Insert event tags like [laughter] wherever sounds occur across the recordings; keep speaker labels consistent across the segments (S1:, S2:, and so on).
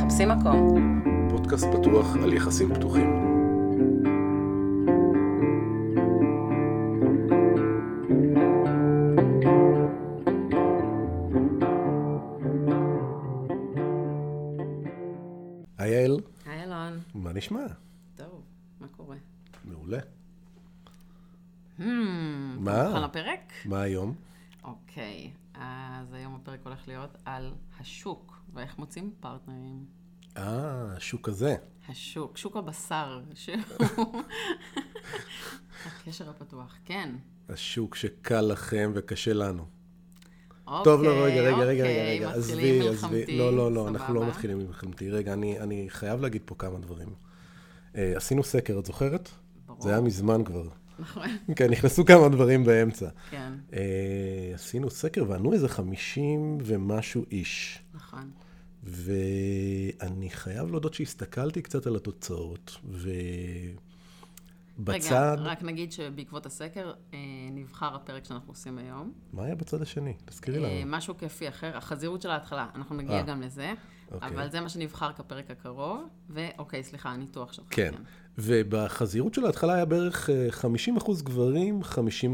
S1: תופסים מקום.
S2: פודקאסט פתוח על יחסים פתוחים. היי יעל,
S1: היי אלון,
S2: מה נשמע?
S1: טוב, מה קורה?
S2: מעולה.
S1: Hmm, על
S2: מה?
S1: הפרק?
S2: מה היום?
S1: אוקיי, אז היום הפרק הולך להיות על השוק, ואיך מוצאים פרטנרים.
S2: אה, השוק הזה.
S1: השוק, שוק הבשר,
S2: [laughs]
S1: שהוא... הקשר הפתוח, כן.
S2: השוק שקל לכם וקשה לנו.
S1: אוקיי,
S2: טוב, לא, רגע, רגע, רגע, רגע,
S1: אוקיי,
S2: רגע,
S1: מתחילים
S2: עזבי, עזבי.
S1: מלחמתי,
S2: לא, לא, לא, אנחנו לא
S1: סבבה.
S2: מתחילים מלחמתי. רגע, אני, אני חייב להגיד פה כמה דברים. אה, עשינו סקר, את זוכרת?
S1: ברור.
S2: זה היה מזמן כבר.
S1: נכון,
S2: כן, נכנסו כמה דברים באמצע.
S1: כן,
S2: אה, עשינו סקר וענו איזה 50 ומשהו איש.
S1: נכון.
S2: ואני חייב להודות שהסתכלתי קצת על התוצאות, ובצד...
S1: רגע, רק נגיד שבעקבות הסקר אה, נבחר הפרק שאנחנו עושים היום.
S2: מה היה בצד השני? תזכירי
S1: אה,
S2: לנו.
S1: משהו כיפי אחר, החזירות של ההתחלה, אנחנו נגיע
S2: אה,
S1: גם לזה,
S2: אוקיי.
S1: אבל זה מה שנבחר כפרק הקרוב, ואוקיי, סליחה, הניתוח שלך.
S2: כן. ובחזירות של ההתחלה היה בערך אה, 50% גברים,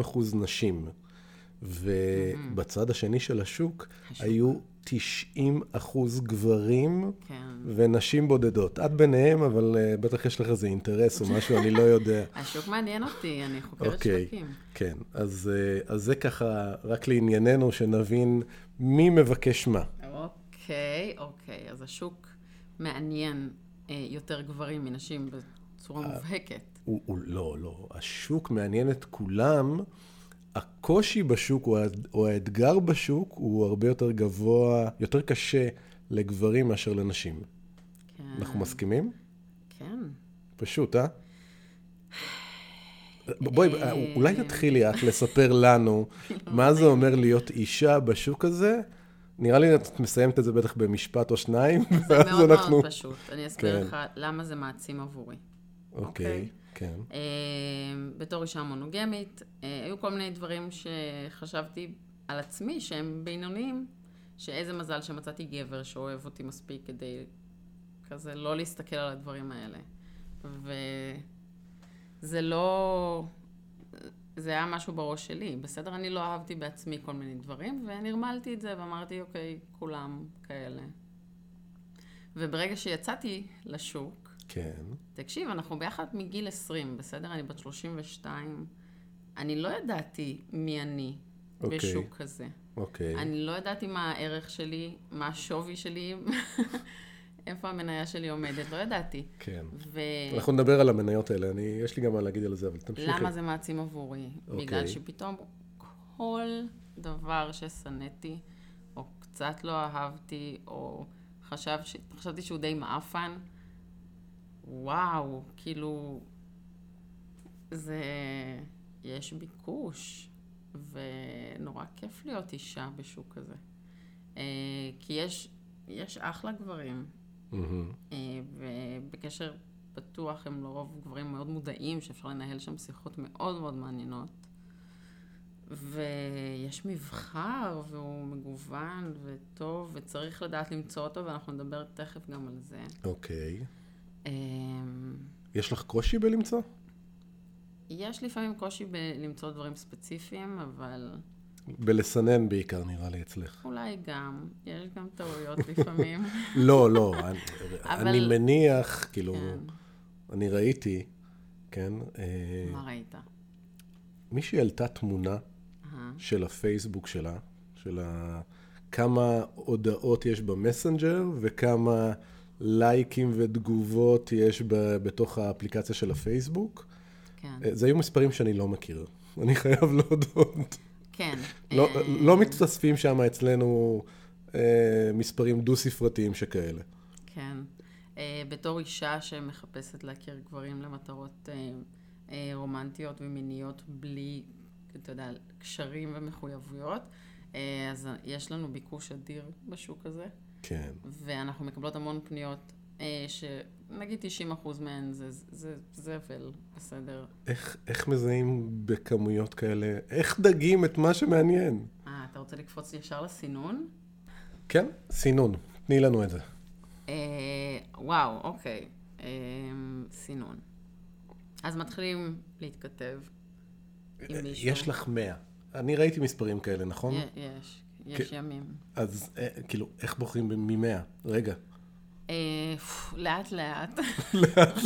S2: 50% נשים. ובצד השני של השוק
S1: השוק.
S2: היו 90% גברים
S1: כן.
S2: ונשים בודדות. את ביניהם, אבל אה, בטח יש לך איזה אינטרס או משהו, אני לא
S1: [laughs]
S2: יודע.
S1: השוק מעניין אותי, אני חוקרת
S2: אוקיי,
S1: שווקים.
S2: כן. אז אה, אז זה ככה, רק לענייננו, שנבין מי מבקש מה.
S1: אוקיי, אוקיי, אז השוק מעניין אה, יותר גברים מנשים
S2: אה.
S1: בצורה מובהקת.
S2: הוא, הוא לא, לא. השוק מעניין את כולם. הקושי בשוק או, האד- או האתגר בשוק הוא הרבה יותר גבוה, יותר קשה לגברים מאשר לנשים.
S1: כן,
S2: אנחנו מסכימים? [laughs]
S1: כן.
S2: פשוט, אה? בואי, אה,
S1: אה.
S2: אולי תתחילי את לספר
S1: [laughs]
S2: לנו
S1: לא
S2: מה זה אומר להיות אישה בשוק הזה. נראה לי את מסיימת את זה בטח במשפט או שניים,
S1: מאוד
S2: ואז אנחנו...
S1: מאוד פשוט. אני אסביר
S2: כן.
S1: לך למה זה מעצים עבורי.
S2: אוקיי, כן.
S1: אה, בתור אישה מונוגמית, אה, היו כל מיני דברים שחשבתי על עצמי שהם בינוניים, שאיזה מזל שמצאתי גבר שאוהב אותי מספיק כדי כזה לא להסתכל על הדברים האלה. וזה לא... זה היה משהו בראש שלי. בסדר, אני לא אהבתי בעצמי כל מיני דברים, ונרמלתי את זה ואמרתי, אוקיי, כולם כאלה. וברגע שיצאתי לשוק,
S2: כן.
S1: תקשיב, אנחנו ביחד מגיל 20, בסדר? אני בת 32. אני לא ידעתי מי אני
S2: אוקיי.
S1: בשוק כזה.
S2: אוקיי.
S1: אני לא ידעתי מה הערך שלי, מה השווי שלי, [laughs] איפה המניה שלי עומדת, לא ידעתי.
S2: כן.
S1: ולמה
S2: אנחנו נדבר על המניות האלה, אני, יש לי גם מה להגיד על זה, אבל תמשיכי.
S1: זה מעצים עבורי?
S2: אוקיי.
S1: בגלל שפתאום כל דבר ששנאתי, או קצת לא אהבתי, או חשב ש... חשבתי שהוא די מעפן, וואו, כאילו, זה... יש ביקוש, ונורא כיף להיות אישה בשוק הזה. אה, כי יש, יש אחלה גברים,
S2: מהמם.
S1: אה, ובקשר פתוח הם לרוב גברים מאוד מודעים, שאפשר לנהל שם שיחות מאוד מאוד מעניינות. ויש מבחר, והוא מגוון וטוב, וצריך לדעת למצוא אותו, ואנחנו נדבר תכף גם על זה.
S2: אוקיי.
S1: אמ,
S2: יש לך קושי בלמצוא?
S1: יש לפעמים קושי בלמצוא דברים ספציפיים, אבל
S2: בלסנן בעיקר, נראה לי, אצלך.
S1: אולי גם, יש גם טעויות לפעמים. [laughs]
S2: לא, לא, אני,
S1: אבל-
S2: אני מניח, כאילו,
S1: כן,
S2: אני ראיתי, כן, אה,
S1: מה ראית? אה,
S2: מישהי העלתה תמונה
S1: אהה,
S2: של הפייסבוק שלה, של ה... כמה הודעות יש במסנג'ר וכמה לייקים ותגובות יש ב... בתוך האפליקציה של הפייסבוק.
S1: כן,
S2: אה, זה היו מספרים שאני לא מכיר, אני חייב להודות.
S1: כן.
S2: לא,
S1: אה,
S2: לא מתאספים שם אצלנו אה, מספרים דו-ספרתיים שכאלה.
S1: כן. אה, בתור אישה שמחפשת להכיר גברים למטרות אה, אה, רומנטיות ומיניות בלי, אתה יודע, קשרים ומחויבויות, אה, אז יש לנו ביקוש אדיר בשוק הזה,
S2: כן.
S1: ואנחנו מקבלות המון פניות, אה, שנגיד 90% מהן זה, זה זבל, בסדר?
S2: איך, איך מזהים בכמויות כאלה? איך דגים את מה שמעניין?
S1: אה, אתה רוצה לקפוץ ישר לסינון?
S2: כן, סינון, תני לנו את זה.
S1: אה, וואו, אוקיי. אה, סינון. אז מתחילים להתכתב עם מישהו.
S2: יש לך 100. אני ראיתי מספרים כאלה, נכון?
S1: י- יש, יש
S2: כן.
S1: ימים.
S2: אז אה, כאילו, איך בוחרים מ-100? רגע.
S1: אה, פו, לאט
S2: [laughs]
S1: לאט. לאט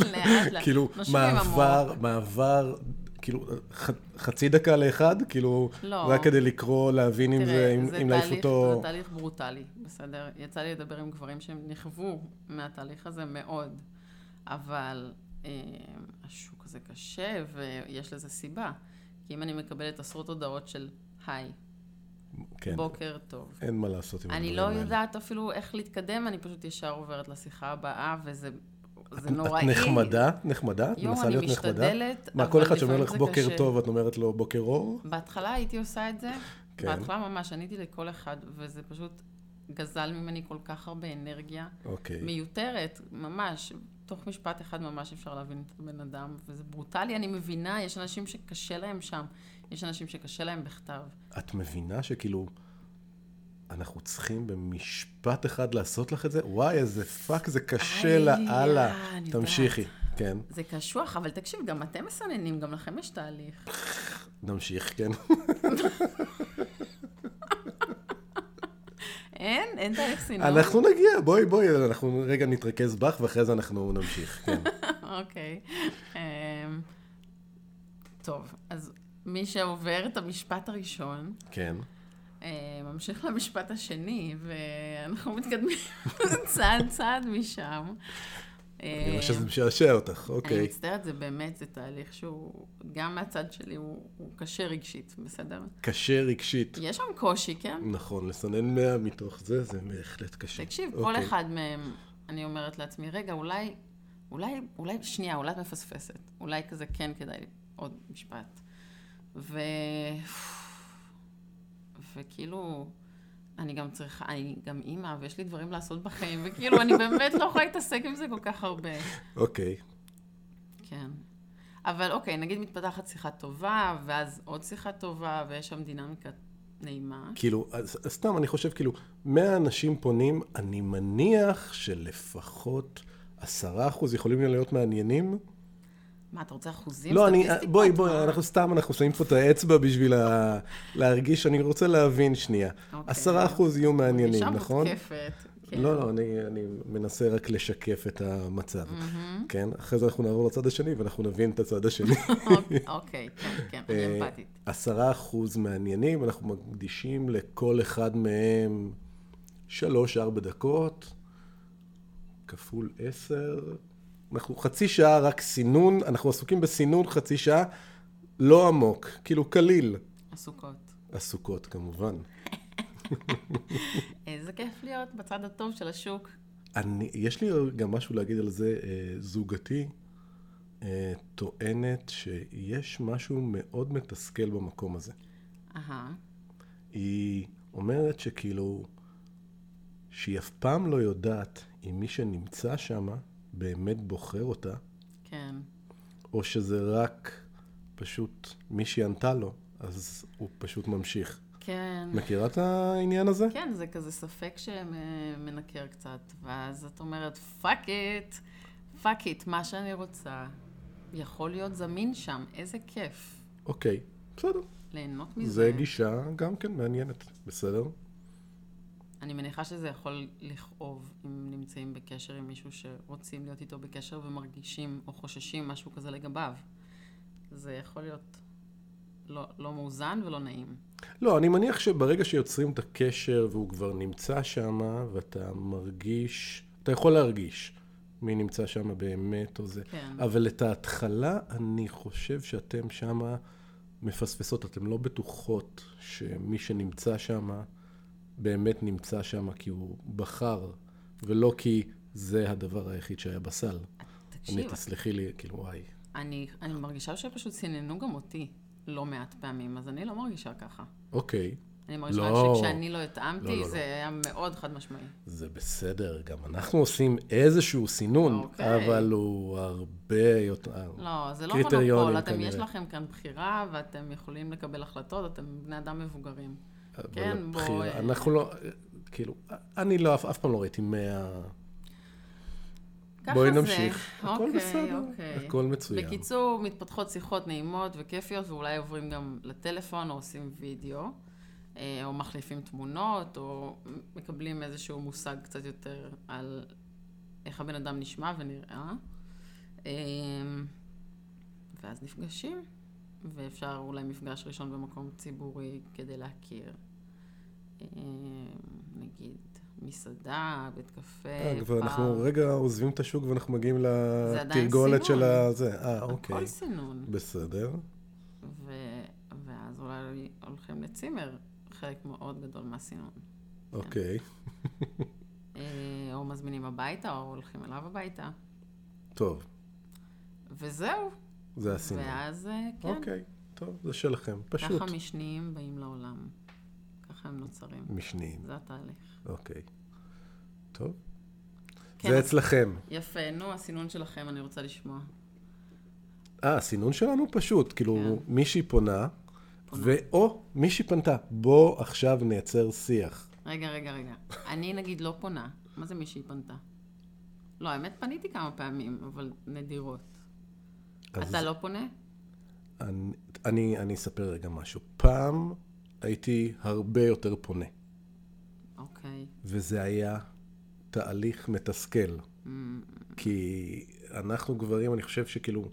S1: לאט.
S2: כאילו,
S1: נושמים
S2: מעבר,
S1: עמוק.
S2: מעבר, כאילו, ח, חצי דקה לאחד? כאילו,
S1: לא.
S2: רק כדי לקרוא, להבין אם זה,
S1: תראה,
S2: אם-
S1: זה
S2: אם להעיף
S1: תהליך- לא זה
S2: אותו...
S1: תהליך ברוטלי, בסדר? יצא לי לדבר עם גברים שהם נכוו מהתהליך הזה מאוד, אבל אה, השוק הזה קשה ויש לזה סיבה. כי אם אני מקבלת עשרות הודעות של היי,
S2: כן,
S1: בוקר טוב.
S2: אין מה לעשות עם
S1: אני
S2: הדברים
S1: לא
S2: האלה.
S1: יודעת אפילו איך להתקדם, אני פשוט ישר עוברת לשיחה הבאה, וזה זה
S2: את-
S1: נוראי.
S2: את נחמדה? נחמדה? את
S1: יום,
S2: מנסה
S1: אני
S2: להיות נחמדה?
S1: משתדלת,
S2: מה,
S1: אבל
S2: כל אחד שאומר
S1: לפעמים
S2: לך
S1: זה
S2: בוקר
S1: קשה.
S2: טוב, את אומרת לו בוקר אור?
S1: בהתחלה הייתי עושה את זה, כן.
S2: כן.
S1: בהתחלה ממש עניתי לכל אחד, וזה פשוט גזל ממני כל כך הרבה אנרגיה
S2: אוקיי.
S1: מיותרת, ממש. תוך משפט אחד ממש אפשר להבין את הבן אדם, וזה ברוטלי, אני מבינה, יש אנשים שקשה להם שם, יש אנשים שקשה להם בכתב.
S2: את מבינה שכאילו, אנחנו צריכים במשפט אחד לעשות לך את זה? וואי, איזה פאק, זה קשה
S1: איי, אה,
S2: לאללה.
S1: אני יודעת.
S2: תמשיכי. כן,
S1: זה קשוח, אבל תקשיב, גם אתם מסננים, גם לכם יש תהליך.
S2: נמשיך,
S1: [laughs]
S2: כן.
S1: אין, אין תהליך סינון.
S2: אנחנו נגיע, בואי, בואי, אנחנו רגע נתרכז בך, ואחרי זה אנחנו נמשיך,
S1: [laughs]
S2: כן.
S1: אוקיי. אמ, טוב, אז מי שעובר את המשפט הראשון,
S2: כן.
S1: אה, ממשיך למשפט השני, ואנחנו מתקדמים [laughs] צעד צעד משם.
S2: אני רואה שזה
S1: אה,
S2: משעשע אותך,
S1: אני
S2: אוקיי.
S1: מצטערת, זה באמת, זה תהליך שהוא, גם מהצד שלי הוא הוא קשה רגשית, בסדר?
S2: קשה רגשית.
S1: יש שם קושי, כן?
S2: נכון, לסנן 100 מתוך זה, זה בהחלט קשה.
S1: תקשיב, כל
S2: אוקיי.
S1: אחד מהם, אני אומרת לעצמי, רגע, אולי, אולי, אולי, שנייה, אולי את מפספסת. אולי כזה כן כדאי עוד משפט. ו... וכאילו, אני גם צריכה, אני גם אימא, ויש לי דברים לעשות בחיים, וכאילו, אני באמת לא יכולה להתעסק עם זה כל כך הרבה.
S2: אוקיי,
S1: כן. אבל אוקיי, נגיד מתפתחת שיחה טובה, ואז עוד שיחה טובה, ויש שם דינמיקה נעימה.
S2: כאילו, אז אז סתם, אני חושב, כאילו, 100 אנשים פונים, אני מניח שלפחות 10% יכולים להיות מעניינים.
S1: מה, אתה רוצה אחוזים?
S2: לא, אני,
S1: סטטיסטיקות?
S2: בואי,
S1: מה?
S2: בואי, אנחנו סתם, אנחנו שמים פה את האצבע בשביל ה- להרגיש, אני רוצה להבין שנייה.
S1: אוקיי.
S2: 10% יהיו מעניינים,
S1: אישה
S2: נכון?
S1: מותקפת. כן.
S2: לא, לא, אני, אני מנסה רק לשקף את המצב,
S1: Mm-hmm.
S2: כן? אחרי זה אנחנו נעבור לצד השני ואנחנו נבין את הצד השני. [laughs]
S1: אוק- אוקיי, כן, כן, אני
S2: אה,
S1: אמפתית.
S2: עשרה אחוז מעניינים, אנחנו מקדישים לכל אחד מהם שלוש-ארבע דקות, כפול עשר. אנחנו חצי שעה רק סינון, אנחנו עסוקים בסינון חצי שעה, לא עמוק, כאילו קליל.
S1: עסוקות.
S2: עסוקות כמובן.
S1: איזה אה, כיף להיות בצד הטוב של השוק.
S2: אני, יש לי גם משהו להגיד על זה. אה, זוגתי אה, טוענת שיש משהו מאוד מתסכל במקום הזה.
S1: אהה,
S2: היא אומרת שכאילו, שהיא אף פעם לא יודעת אם מי שנמצא שם באמת בוחר אותה,
S1: כן.
S2: או שזה רק פשוט מי שענתה לו, אז הוא פשוט ממשיך.
S1: כן.
S2: מכירה את העניין הזה?
S1: כן, זה כזה ספק שמנקר קצת, ואז את אומרת, פאק איט, פאק איט, מה שאני רוצה יכול להיות זמין שם, איזה כיף
S2: אוקיי, בסדר.
S1: ליהנות מזה.
S2: זה גישה גם כן מעניינת, בסדר?
S1: אני מניחה שזה יכול לכאוב אם נמצאים בקשר עם מישהו שרוצים להיות איתו בקשר ומרגישים או חוששים משהו כזה לגביו. זה יכול להיות לא, לא מאוזן ולא נעים.
S2: לא, אני מניח שברגע שיוצרים את הקשר והוא כבר נמצא שם, ואתה מרגיש, אתה יכול להרגיש מי נמצא שם באמת או זה.
S1: כן.
S2: אבל את ההתחלה, אני חושב שאתם שם מפספסות, אתם לא בטוחות שמי שנמצא שם באמת נמצא שם כי הוא בחר, ולא כי זה הדבר היחיד שהיה בסל. אני,
S1: תקשיב,
S2: תסלחי לי, כאילו, וואי.
S1: אני, אני מרגישה שפשוט סיננו גם אותי לא מעט פעמים, אז אני לא מרגישה ככה.
S2: אוקיי,
S1: אני מרגישה
S2: לא.
S1: שכשאני לא התאמתי,
S2: לא, לא, לא. אוקיי.
S1: זה היה מאוד חד משמעי.
S2: זה בסדר, גם אנחנו עושים איזשהו סינון,
S1: אוקיי.
S2: אבל הוא הרבה יותר... אה,
S1: לא, זה לא
S2: קריטריונים
S1: מונופול, אתם,
S2: כנראה.
S1: יש לכם כאן בחירה ואתם יכולים לקבל החלטות, אתם בני אדם מבוגרים.
S2: אבל
S1: כן, בוא,
S2: הבחירה-
S1: אה.
S2: אנחנו לא, כאילו, אני לא, אף אף פעם לא ראיתי 100
S1: ככה
S2: בואי
S1: זה.
S2: נמשיך. הכל
S1: אוקיי,
S2: בסדר,
S1: אוקיי.
S2: הכל מצוין.
S1: בקיצור, מתפתחות שיחות נעימות וכיפיות, ואולי עוברים גם לטלפון או עושים וידאו, אה, או מחליפים תמונות, או מקבלים איזשהו מושג קצת יותר על איך הבן אדם נשמע ונראה. אה, ואז נפגשים, ואפשר אולי מפגש ראשון במקום ציבורי כדי להכיר. אה, נגיד, מסעדה, בית קפה,
S2: אה, ואנחנו רגע עוזבים את השוק ואנחנו מגיעים
S1: עדיין
S2: לתרגולת של
S1: סינון.
S2: ה... זה, אה, אוקיי.
S1: הכל סינון.
S2: בסדר.
S1: ו... ואז אולי הולכים לצימר, חלק מאוד גדול מהסינון.
S2: אוקיי.
S1: אה, או מזמינים הביתה, או הולכים אליו הביתה.
S2: טוב,
S1: וזהו.
S2: זה הסימן.
S1: ואז, אה, כן,
S2: אוקיי, טוב, זה שלכם. פשוט.
S1: ככה משניים באים לעולם. ככה הם נוצרים.
S2: משניים.
S1: זה התהליך.
S2: אוקיי. טוב.
S1: כן,
S2: זה
S1: אז-
S2: אצלכם.
S1: יפה, נו, הסינון שלכם, אני רוצה לשמוע.
S2: אה, הסינון שלנו פשוט, כאילו,
S1: כן.
S2: מישהי פונה,
S1: פונה.
S2: ואו מישהי פנתה, בוא עכשיו נייצר שיח.
S1: רגע, רגע, רגע. אני נגיד לא פונה. מה זה מישהי פנתה? לא, האמת פניתי כמה פעמים, אבל נדירות.
S2: אז
S1: אתה לא פונה?
S2: אני- אני אני אספר רגע משהו. פעם הייתי הרבה יותר פונה,
S1: אוקיי.
S2: וזה היה תהליך מתסכל.
S1: אמ,
S2: כי אנחנו גברים, אני חושב שכאילו,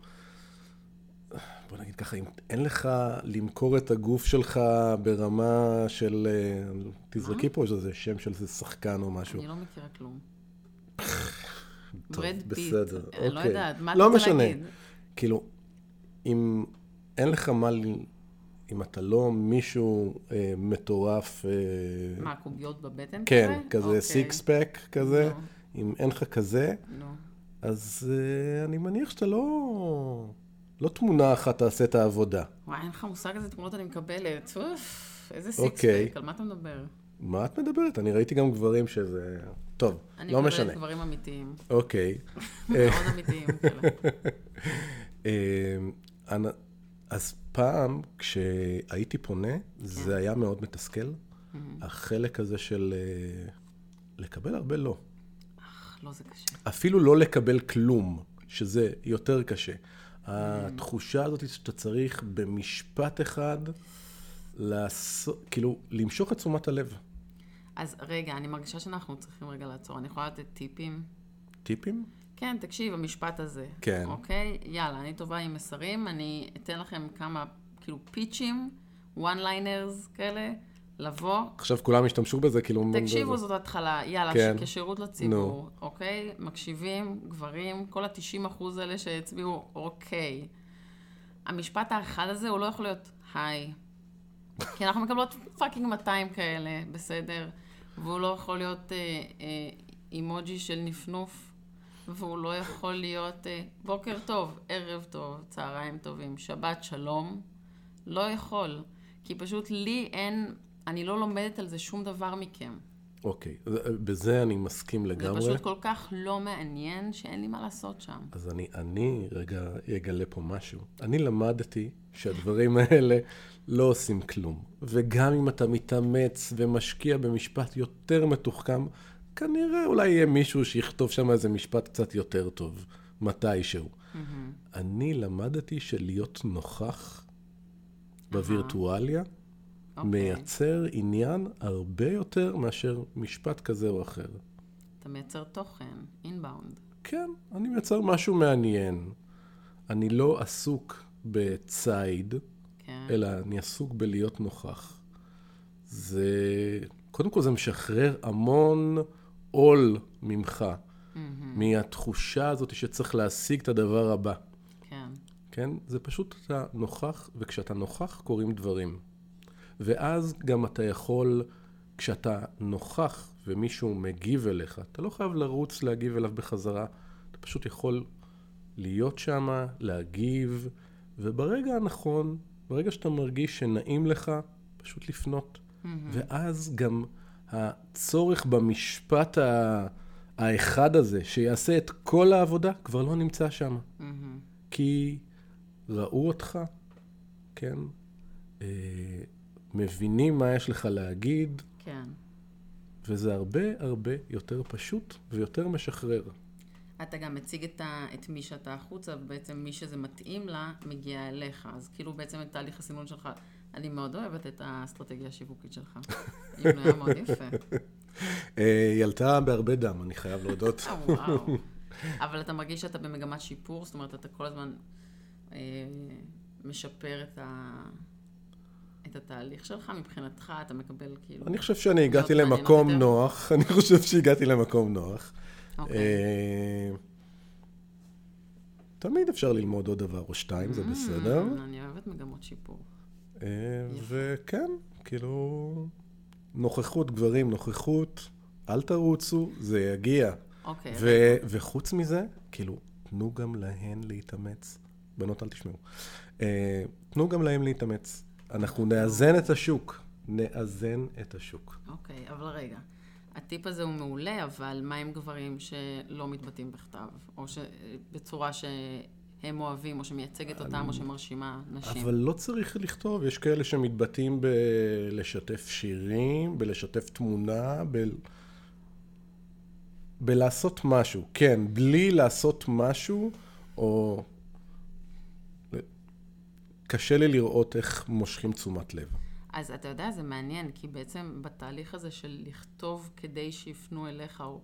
S2: בוא נגיד ככה, אם אין לך למכור את הגוף שלך ברמה של, אה, תזרקי פה איזה שם של איזה שחקן או משהו.
S1: אני לא מכירה כלום.
S2: טוב,
S1: ברד פיט.
S2: בסדר,
S1: אני לא
S2: אוקיי.
S1: יודעת, מה
S2: לא
S1: אתה רוצה
S2: משנה.
S1: להגיד?
S2: כאילו, אם אין לך מה, ל- אם אתה לא מישהו אה, מטורף, אה,
S1: מה, קוביות בבטן
S2: כן, כזה
S1: אוקיי. לא,
S2: סיקס פק כזה,
S1: נו.
S2: אם אין לך כזה,
S1: נו,
S2: אז אה, אני מניח שאתה לא... לא תמונה אחת תעשה את העבודה.
S1: וואי, אין לך מושג איזה תמונות אני מקבלת. אוף, איזה סיקס
S2: אוקיי.
S1: פק, על מה אתה מדבר?
S2: מה את מדברת? אני ראיתי גם גברים שזה... טוב,
S1: אני
S2: לא
S1: מקבלת
S2: משנה.
S1: דברים
S2: [laughs]
S1: אמיתיים,
S2: אוקיי.
S1: מאוד אמיתיים לא, כאלה.
S2: אה, אנ- אז פעם, כשהייתי פונה,
S1: כן.
S2: זה היה מאוד מתסכל.
S1: Mm-hmm.
S2: החלק הזה של אה, לקבל הרבה לא.
S1: אך, לא, זה קשה.
S2: אפילו לא לקבל כלום, שזה יותר קשה.
S1: Mm-hmm.
S2: התחושה הזאת שאתה צריך במשפט אחד, לעשות, כאילו, למשוך את תשומת הלב.
S1: אז רגע, אני מרגישה שאנחנו צריכים רגע לעצור. אני יכולה לתת טיפים?
S2: טיפים?
S1: כן, תקשיב, המשפט הזה.
S2: כן.
S1: אוקיי? יאללה, אני טובה עם מסרים, אני אתן לכם כמה, כאילו, פיצ'ים, one liners כאלה, לבוא,
S2: עכשיו כולם השתמשו בזה, כאילו...
S1: תקשיבו, זאת התחלה. יאללה,
S2: כן.
S1: כן. כשירות לציבור, no. אוקיי? מקשיבים, גברים, כל ה-90 אחוז האלה שהצביעו, אוקיי. המשפט האחד הזה, הוא לא יכול להיות היי. כי אנחנו מקבלות פאקינג 200 כאלה, בסדר? והוא לא יכול להיות אה, אה, אימוג'י של נפנוף, והוא לא יכול להיות אה, בוקר טוב, ערב טוב, צהריים טובים, שבת שלום. לא יכול. כי פשוט לי אין, אני לא לומדת על זה שום דבר מכם.
S2: אוקיי, זה- בזה אני מסכים
S1: זה
S2: לגמרי.
S1: פשוט כל כך לא מעניין, שאין לי מה לעשות שם.
S2: אז אני, אני רגע אגלה פה משהו. אני למדתי שהדברים [laughs] האלה לא עושים כלום. וגם אם אתה מתאמץ ומשקיע במשפט יותר מתוחכם, כנראה אולי יהיה מישהו שיכתוב שם איזה משפט קצת יותר טוב, מתישהו.
S1: Mm-hmm.
S2: אני למדתי שלהיות נוכח בווירטואליה
S1: אוקיי.
S2: מייצר עניין הרבה יותר מאשר משפט כזה או אחר.
S1: אתה מייצר תוכן, אינבאונד.
S2: כן, אני מייצר משהו מעניין. אני לא עסוק בציד,
S1: כן.
S2: אלא אני עסוק בלהיות נוכח. זה... קודם כל זה משחרר המון עול ממך, מהתחושה הזאת שצריך להשיג את הדבר הבא.
S1: כן.
S2: כן? זה פשוט אתה נוכח, וכשאתה נוכח קורים דברים. ואז גם אתה יכול, כשאתה נוכח ומישהו מגיב אליך, אתה לא חייב לרוץ להגיב אליו בחזרה, אתה פשוט יכול להיות שמה, להגיב, וברגע הנכון, ברגע שאתה מרגיש שנעים לך, פשוט לפנות. ואז גם הצורך במשפט ה... האחד הזה, שיעשה את כל העבודה, כבר לא נמצא שם.
S1: מהמם.
S2: כי ראו אותך, כן? אה, מבינים מה יש לך להגיד,
S1: כן.
S2: וזה הרבה הרבה יותר פשוט ויותר משחרר.
S1: אתה גם מציג את, ה, את מי שאתה החוצה, ובעצם מי שזה מתאים לה, מגיע אליך. אז כאילו בעצם את תהליך הסינון שלך, אני מאוד אוהבת את האסטרטגיה השיווקית שלך. היא בנויה מאוד יפה.
S2: אה, היא עלתה בהרבה דם, אני חייב [laughs] להודות.
S1: אה, וואו. אבל אתה מרגיש שאתה במגמת שיפור, זאת אומרת, אתה כל הזמן אה, משפר את, ה, את התהליך שלך מבחינתך, אתה מקבל כאילו...
S2: אני חושב שאני הגעתי
S1: מעניינות
S2: למקום
S1: יותר.
S2: נוח, [laughs] אני חושב שהגעתי למקום נוח.
S1: אוקיי.
S2: אה, תמיד אפשר ללמוד עוד דבר או שתיים, זה בסדר.
S1: Mm, אני אוהבת מגמות שיפור.
S2: אה, וכן, כאילו, נוכחות גברים, נוכחות, אל תרוצו, זה יגיע.
S1: אוקיי. אז
S2: ו- וחוץ מזה, כאילו, תנו גם להן להתאמץ. בנות, אל תשמעו. אה, תנו גם להן להתאמץ. אנחנו נאזן את השוק. נאזן את השוק.
S1: אוקיי, אבל רגע. הטיפ הזה הוא מעולה, אבל מה עם גברים שלא מתבטאים בכתב? או ש... בצורה שהם אוהבים, או שמייצגת אותם, או שמרשימה נשים?
S2: אבל לא צריך לכתוב, יש כאלה שמתבטאים בלשתף שירים, בלשתף תמונה, ב... בלעשות משהו, כן, בלי לעשות משהו, או... קשה לי לראות איך מושכים תשומת לב.
S1: אז אתה יודע, זה מעניין, כי בעצם בתהליך הזה של לכתוב כדי שיפנו אליך, או-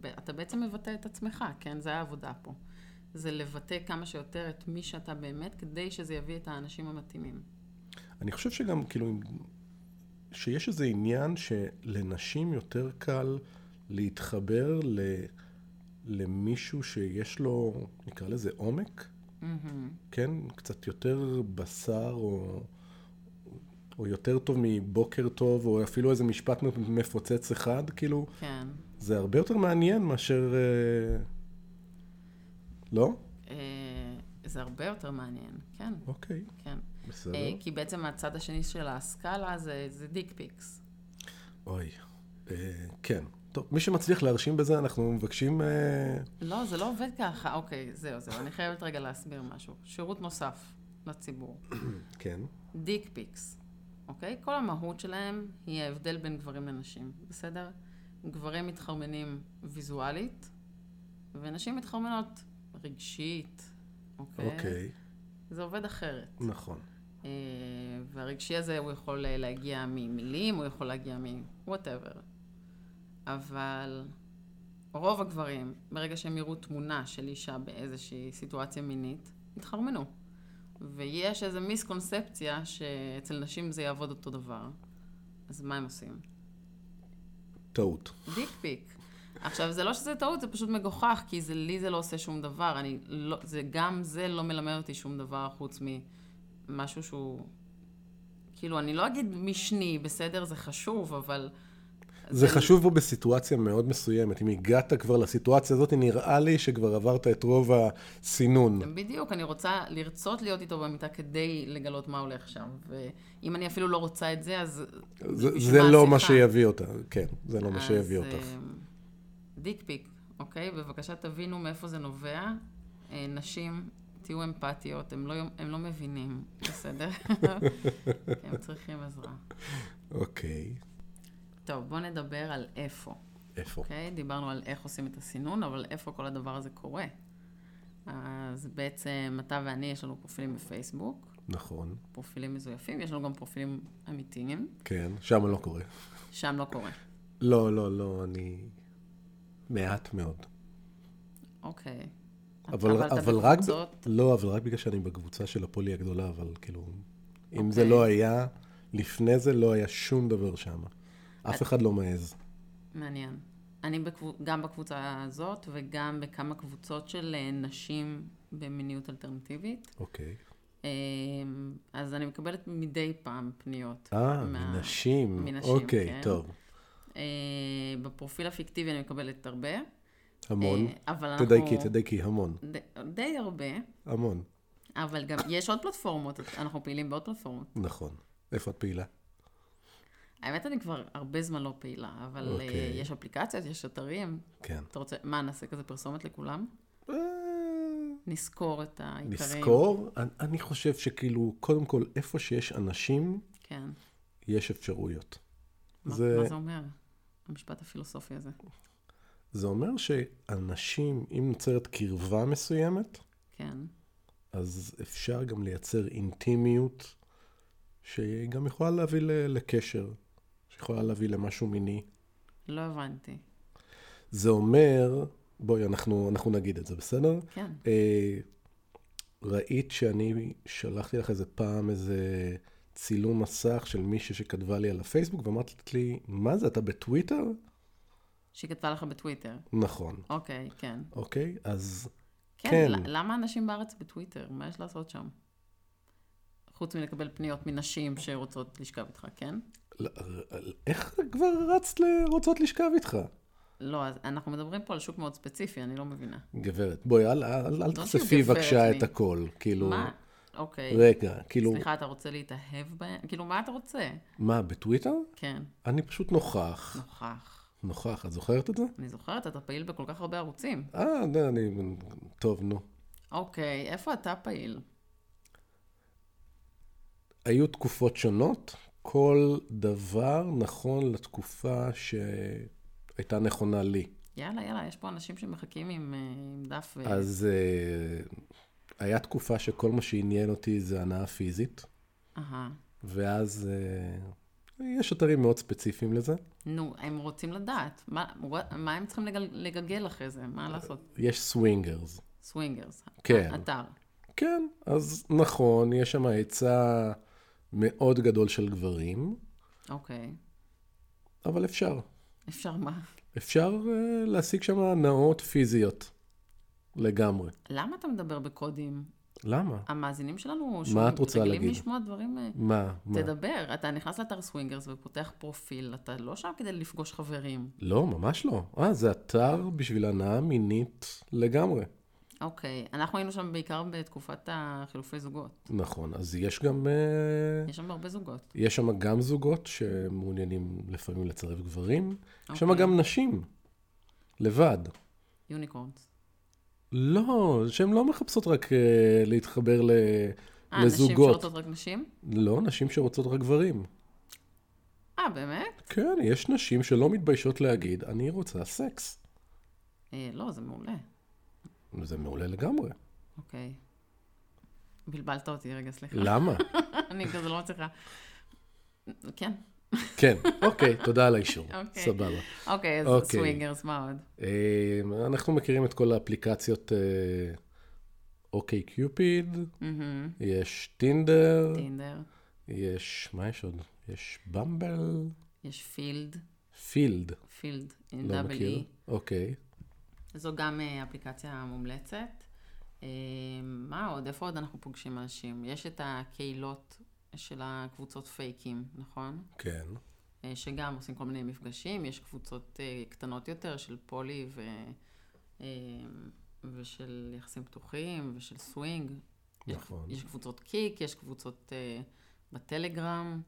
S1: ב- אתה בעצם מבטא את עצמך, כן? זה העבודה פה. זה לבטא כמה שיותר את מי שאתה באמת, כדי שזה יביא את האנשים המתאימים.
S2: אני חושב שגם, כאילו, אם- שיש איזה עניין שלנשים יותר קל להתחבר ל... למישהו שיש לו, נקרא לזה עומק,
S1: מהמם.
S2: כן, קצת יותר בשר, או, או יותר טוב מבוקר טוב, או אפילו איזה משפט מפוצץ אחד, כאילו,
S1: כן.
S2: זה הרבה יותר מעניין מאשר... אה, לא?
S1: אה, זה הרבה יותר מעניין, כן,
S2: אוקיי,
S1: כן.
S2: בסדר.
S1: אה, כי בעצם הצד השני של הסקאלה זה, זה דיק פיקס.
S2: אוי, אה, כן. טוב, מי שמצליח להרשים בזה, אנחנו מבקשים... אה,
S1: לא, זה לא עובד ככה. אוקיי, זהו, זהו. אני חייבת רגע להסביר משהו. שירות נוסף לציבור.
S2: כן.
S1: דיק פיקס, אוקיי? כל המהות שלהם היא ההבדל בין גברים לנשים, בסדר? גברים מתחרמנים ויזואלית, ונשים מתחרמנות רגשית, אוקיי?
S2: אוקיי,
S1: זה עובד אחרת.
S2: נכון.
S1: אה, והרגשי הזה הוא יכול אה, להגיע ממילים, הוא יכול להגיע מ... וואטאבר. אבל רוב הגברים, ברגע שהם יראו תמונה של אישה באיזושהי סיטואציה מינית, התחרמנו. ויש איזו מיסקונספציה שאצל נשים זה יעבוד אותו דבר. אז מה הם עושים?
S2: טעות.
S1: דיק פיק. עכשיו, זה לא שזה טעות, זה פשוט מגוחך, כי זה, לי זה לא עושה שום דבר. אני לא, זה, גם זה לא מלמד אותי שום דבר חוץ ממשהו שהוא... כאילו, אני לא אגיד משני, בסדר, זה חשוב, אבל...
S2: זה חשוב פה בסיטואציה מאוד מסוימת. אם הגעת כבר לסיטואציה הזאת, נראה לי שכבר עברת את רוב הסינון.
S1: בדיוק, אני רוצה לרצות להיות איתו במיטה כדי לגלות מה הולך שם. ואם אני אפילו לא רוצה את זה, אז...
S2: זה,
S1: בשביל
S2: זה לא מה
S1: השיחה?
S2: שיביא אותה, כן, זה לא מה
S1: אז,
S2: שיביא
S1: אה,
S2: אותך.
S1: דיק פיק, אוקיי? בבקשה תבינו מאיפה זה נובע. אה, נשים, תהיו אמפתיות, הם לא, הם לא מבינים,
S2: [laughs]
S1: בסדר? הם צריכים עזרה. אה,
S2: אוקיי,
S1: טוב, בואו נדבר על איפה,
S2: איפה?
S1: אוקיי? דיברנו על איך עושים את הסינון, אבל איפה כל הדבר הזה קורה. אז בעצם אתה ואני, יש לנו פרופילים בפייסבוק,
S2: נכון,
S1: פרופילים מזויפים, יש לנו גם פרופילים אמיתיים,
S2: כן, שם לא קורה.
S1: שם לא קורה.
S2: לא, לא, לא, אני... מעט מאוד.
S1: אוקיי.
S2: אבל,
S1: אתה
S2: אבל רק... ב-
S1: בקבוצות-
S2: לא, אבל רק בגלל שאני בקבוצה של הפולי הגדולה, אבל כאילו... אם זה
S1: אוקיי.
S2: לא היה, לפני זה לא היה שום דבר שם. אף
S1: אה,
S2: אחד לא מעז.
S1: מעניין. אני בקבוצ... גם בקבוצה הזאת וגם בכמה קבוצות של אה, נשים במיניות אלטרנטיבית.
S2: אוקיי.
S1: אה, אז אני מקבלת מדי פעם פניות.
S2: אה,
S1: מה-
S2: מנשים.
S1: מנשים,
S2: אוקיי,
S1: כן.
S2: טוב.
S1: אה, בפרופיל הפיקטיבי אני מקבלת הרבה.
S2: המון.
S1: אה, אבל אנחנו...
S2: תדייקי, תדייקי, המון.
S1: ד- די הרבה,
S2: המון.
S1: אבל גם יש עוד פלטפורמות, אנחנו פעילים בעוד פלטפורמות.
S2: נכון. איפה את פעילה?
S1: האמת, אני כבר הרבה זמן לא פעילה, אבל אה,
S2: אוקיי.
S1: יש אפליקציות, יש אתרים.
S2: כן.
S1: אתה רוצה, מה, נעשה כזה פרסומת לכולם?
S2: אה,
S1: נזכור את העיקרים.
S2: נזכור, אני- אני חושב שכאילו, קודם כל, איפה שיש אנשים,
S1: כן.
S2: יש אפשרויות.
S1: מה
S2: זה-
S1: מה זה אומר? המשפט הפילוסופי הזה.
S2: זה אומר שאנשים, אם נוצרת קרבה מסוימת,
S1: כן.
S2: אז אפשר גם לייצר אינטימיות, שהיא גם יכולה להביא ל- לקשר, שיכולה להביא למשהו מיני.
S1: לא הבנתי.
S2: זה אומר, בואי, אנחנו, אנחנו נגיד את זה, בסדר?
S1: כן.
S2: אה, ראית שאני שלחתי לך איזה פעם איזה צילום מסך של מישהי שכתבה לי על הפייסבוק, ואמרת לי, מה זה, אתה בטוויטר?
S1: שהיא כתבה לך בטוויטר.
S2: נכון.
S1: אוקיי, כן.
S2: אוקיי, אז
S1: כן.
S2: כן.
S1: ל- למה אנשים בארץ בטוויטר? מה יש לעשות שם? חוץ מלקבל פניות מנשים שרוצות לשכב איתך, כן?
S2: ל- ל- איך כבר רצת לרוצות לשכב איתך?
S1: לא, אז אנחנו מדברים פה על שוק מאוד ספציפי, אני לא מבינה.
S2: גברת, בואי, אל, אל, אל תחשפי
S1: שהיא לא גברת
S2: בבקשה
S1: לי.
S2: את הכל. כאילו,
S1: מה? אוקיי.
S2: רגע, כאילו,
S1: סליחה, אתה רוצה להתאהב בהם? כאילו, מה אתה רוצה?
S2: מה, בטוויטר?
S1: כן,
S2: אני פשוט נוכח.
S1: לא. נוכח.
S2: נוכח, את זוכרת את זה?
S1: אני זוכרת, אתה פעיל בכל כך הרבה ערוצים.
S2: אה, לא, אני... טוב, נו.
S1: אוקיי, איפה אתה פעיל?
S2: היו תקופות שונות, כל דבר נכון לתקופה שהייתה נכונה לי.
S1: יאללה, יאללה, יש פה אנשים שמחכים עם, אה, עם דף ו...
S2: אז אה, היה תקופה שכל מה שעניין אותי זה הנאה פיזית,
S1: אהה.
S2: ואז אה, יש אתרים מאוד ספציפיים לזה.
S1: נו, הם רוצים לדעת. מה, מה הם צריכים לגל, לגגל אחרי זה? מה לעשות?
S2: יש סווינגרס.
S1: סווינגרס.
S2: כן.
S1: אתר.
S2: כן, אז נכון, יש שם היצע מאוד גדול של גברים,
S1: אוקיי.
S2: אבל אפשר.
S1: אפשר מה?
S2: אפשר אה, להשיג שם הנאות פיזיות לגמרי.
S1: למה אתה מדבר בקודים?
S2: למה?
S1: המאזינים שלנו...
S2: מה את רוצה
S1: רגילים
S2: להגיד?
S1: לשמוע דברים... אה,
S2: מה? מה?
S1: תדבר, אתה נכנס לאתר סווינגרס ופותח פרופיל, אתה לא שם כדי לפגוש חברים.
S2: לא, ממש לא. אה, זה אתר בשביל הנאה מינית לגמרי.
S1: אוקיי, אנחנו היינו שם בעיקר בתקופת החילופי זוגות.
S2: נכון, אז יש גם... אה,
S1: יש שם הרבה זוגות.
S2: יש שם גם זוגות שמעוניינים לפעמים לצרף גברים. יש שם
S1: אוקיי.
S2: גם נשים, לבד.
S1: יוניקורנס.
S2: לא, שהן לא מחפשות רק אה, להתחבר ל...
S1: אה, נשים
S2: לזוגות.
S1: שרוצות רק נשים?
S2: לא, נשים שרוצות רק גברים.
S1: אה, באמת?
S2: כן, יש נשים שלא מתביישות להגיד, אני רוצה סקס.
S1: אה, לא, זה מעולה.
S2: זה מעולה לגמרי.
S1: אוקיי. בלבלת אותי רגע, סליחה. [laughs]
S2: למה?
S1: אני כזה לא מצליחה. כן.
S2: כן, אוקיי, תודה על האישור.
S1: אוקיי.
S2: סבבה.
S1: אוקיי, אז
S2: אוקיי.
S1: סווינגרס, מה עוד?
S2: אה, אנחנו מכירים את כל האפליקציות אה, אוקיי קיופיד,
S1: מהמם.
S2: יש טינדר,
S1: טינדר,
S2: יש, מה יש עוד? יש במבל,
S1: יש פילד,
S2: פילד,
S1: פילד, עם
S2: לא
S1: דאבל
S2: מכיר.
S1: אי.
S2: אוקיי.
S1: זו גם אה, אפליקציה מומלצת. אה, מה עוד? איפה עוד אנחנו פוגשים אנשים? יש את הקהילות של הקבוצות פייקים, נכון?
S2: כן.
S1: אה, שגם עושים כל מיני מפגשים, יש קבוצות אה, קטנות יותר של פולי ו... אה, ושל יחסים פתוחים ושל סווינג. יש-
S2: נכון.
S1: יש קבוצות קיק, יש קבוצות אה, בטלגרם.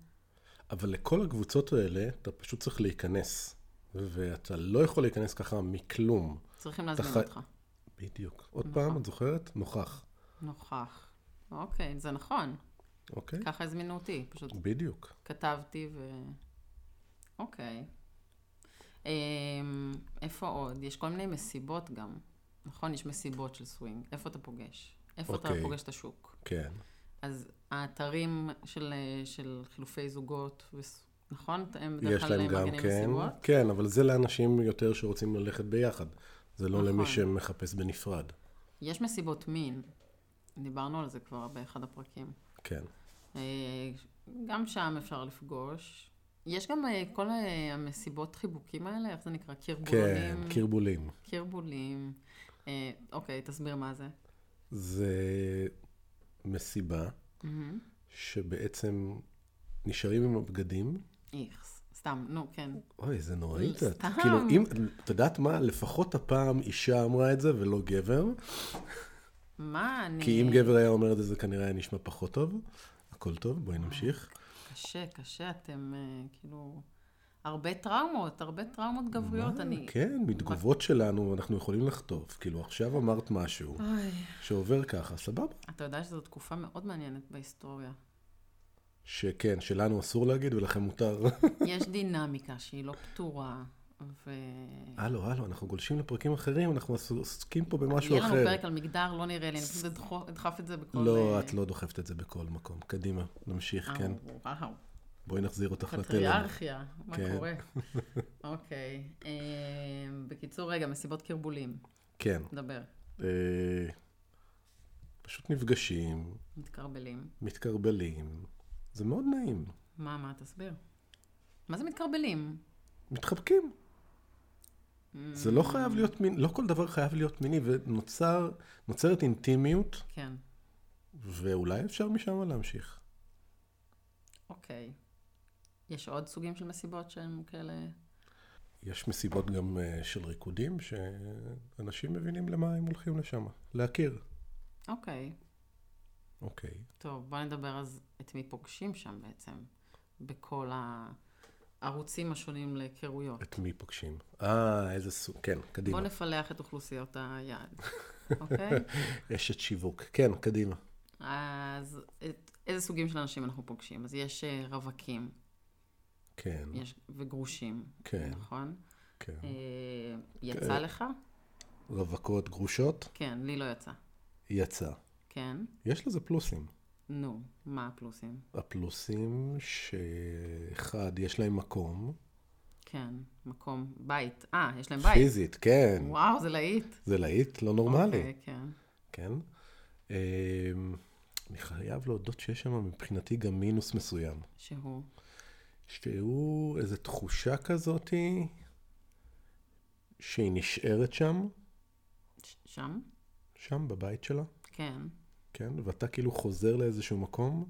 S2: אבל לכל הקבוצות האלה, אתה פשוט צריך להיכנס. ואתה לא יכול להיכנס ככה מכלום.
S1: צריכים להזמין
S2: אתה חי-
S1: אותך.
S2: בדיוק. עוד פעם, את זוכרת? נוכח.
S1: נוכח. אוקיי, זה נכון.
S2: אוקיי?
S1: ככה הזמינו אותי, פשוט
S2: בדיוק.
S1: כתבתי ו... אוקיי. אמ, איפה עוד? יש כל מיני מסיבות גם. נכון? יש מסיבות של סווינג. איפה אתה פוגש? איפה אתה
S2: אוקיי.
S1: פוגש את השוק?
S2: כן.
S1: אז האתרים של, אה, של חילופי זוגות, וס- נכון? הם בדרך
S2: יש
S1: כלל
S2: להם גם
S1: מארגנים
S2: כן.
S1: מסיבות.
S2: כן, אבל זה לאנשים יותר שרוצים ללכת ביחד. זה לא למי
S1: נכון.
S2: שמחפש בנפרד.
S1: יש מסיבות מין. דיברנו על זה כבר באחד הפרקים.
S2: כן.
S1: אה, גם שם אפשר לפגוש. יש גם אה, כל אה, המסיבות חיבוקים האלה, איך זה נקרא?
S2: כן,
S1: קרבולים.
S2: קרבולים.
S1: קרבולים. אה, אוקיי, תסביר מה זה.
S2: זה מסיבה שבעצם נשארים עם הבגדים.
S1: איכס. סתם, נו, כן.
S2: אוי, זה נוראית. את.
S1: סתם.
S2: כאילו, אם, את יודעת מה? לפחות הפעם אישה אמרה את זה ולא גבר.
S1: מה, אני...
S2: כי אם גבר היה אומר את זה, זה כנראה היה נשמע פחות טוב. הכל טוב, בואי נמשיך.
S1: קשה, קשה, אתם אה, כאילו... הרבה טראומות, הרבה טראומות גבריות. אני...
S2: כן, מתגובות שלנו אנחנו יכולים לחטוף. כאילו, עכשיו אמרת משהו
S1: אוי,
S2: שעובר ככה, סבבה.
S1: אתה יודע שזו תקופה מאוד מעניינת בהיסטוריה. [laughs]
S2: שכן, שלנו אסור להגיד ולכם מותר. [laughs]
S1: יש דינמיקה שהיא לא פתורה. ו...
S2: הלו, הלו, אנחנו גולשים לפרקים אחרים, אנחנו עוסקים פה במשהו
S1: יהיה לנו
S2: אחר.
S1: פרק על מגדר, לא נראה לי, אני פשוט אדחוף- אדחף את זה בכל...
S2: לא,
S1: אה,
S2: את לא דוחפת את זה בכל מקום. קדימה, נמשיך, כן.
S1: וואו,
S2: בואי נחזיר אותך לתלם.
S1: פטריארכיה, מה
S2: כן. [laughs]
S1: קורה? אוקיי. אה, בקיצור, רגע, מסיבות קרבולים,
S2: כן.
S1: דבר,
S2: אה, פשוט נפגשים,
S1: מתקרבלים.
S2: מתקרבלים. זה מאוד נעים.
S1: מה, מה, תסביר. מה זה מתקרבלים?
S2: מתחבקים.
S1: Mm.
S2: זה לא חייב להיות מיני, לא כל דבר חייב להיות מיני, ונוצרת אינטימיות,
S1: כן,
S2: ואולי אפשר משם להמשיך.
S1: אוקיי. יש עוד סוגים של מסיבות שהן כאלה...
S2: יש מסיבות גם אה, של ריקודים, שאנשים מבינים למה הם הולכים לשם. להכיר.
S1: אוקיי.
S2: אוקיי.
S1: טוב, בוא נדבר אז את מי פוגשים שם בעצם, בכל הערוצים השונים להיכרויות.
S2: את מי פוגשים? אה, איזה סוג, כן,
S1: בוא
S2: קדימה.
S1: נפלח את אוכלוסיות
S2: [laughs]
S1: היעד, אוקיי?
S2: אשת שיווק. כן, קדימה.
S1: אז את, איזה סוגים של אנשים אנחנו פוגשים? אז יש אה, רווקים,
S2: כן,
S1: יש וגרושים,
S2: כן.
S1: נכון?
S2: כן.
S1: אה, יצא לך?
S2: רווקות, גרושות,
S1: כן, לי לא יצא.
S2: יצא.
S1: כן?
S2: יש לזה פלוסים.
S1: נו, מה הפלוסים?
S2: הפלוסים שאחד, יש להם מקום.
S1: כן, מקום, בית. אה, יש להם בית.
S2: פיזית, כן.
S1: וואו, זה להיט.
S2: זה להיט לא נורמלי,
S1: אוקיי, כן.
S2: כן? אמ, אני חייב להודות שיש שם מבחינתי גם מינוס מסוים.
S1: שהוא.
S2: שהוא איזו תחושה כזאתי שהיא נשארת שם,
S1: ש- שם?
S2: שם בבית שלה,
S1: כן.
S2: כן? ואתה כאילו חוזר לאיזשהו מקום,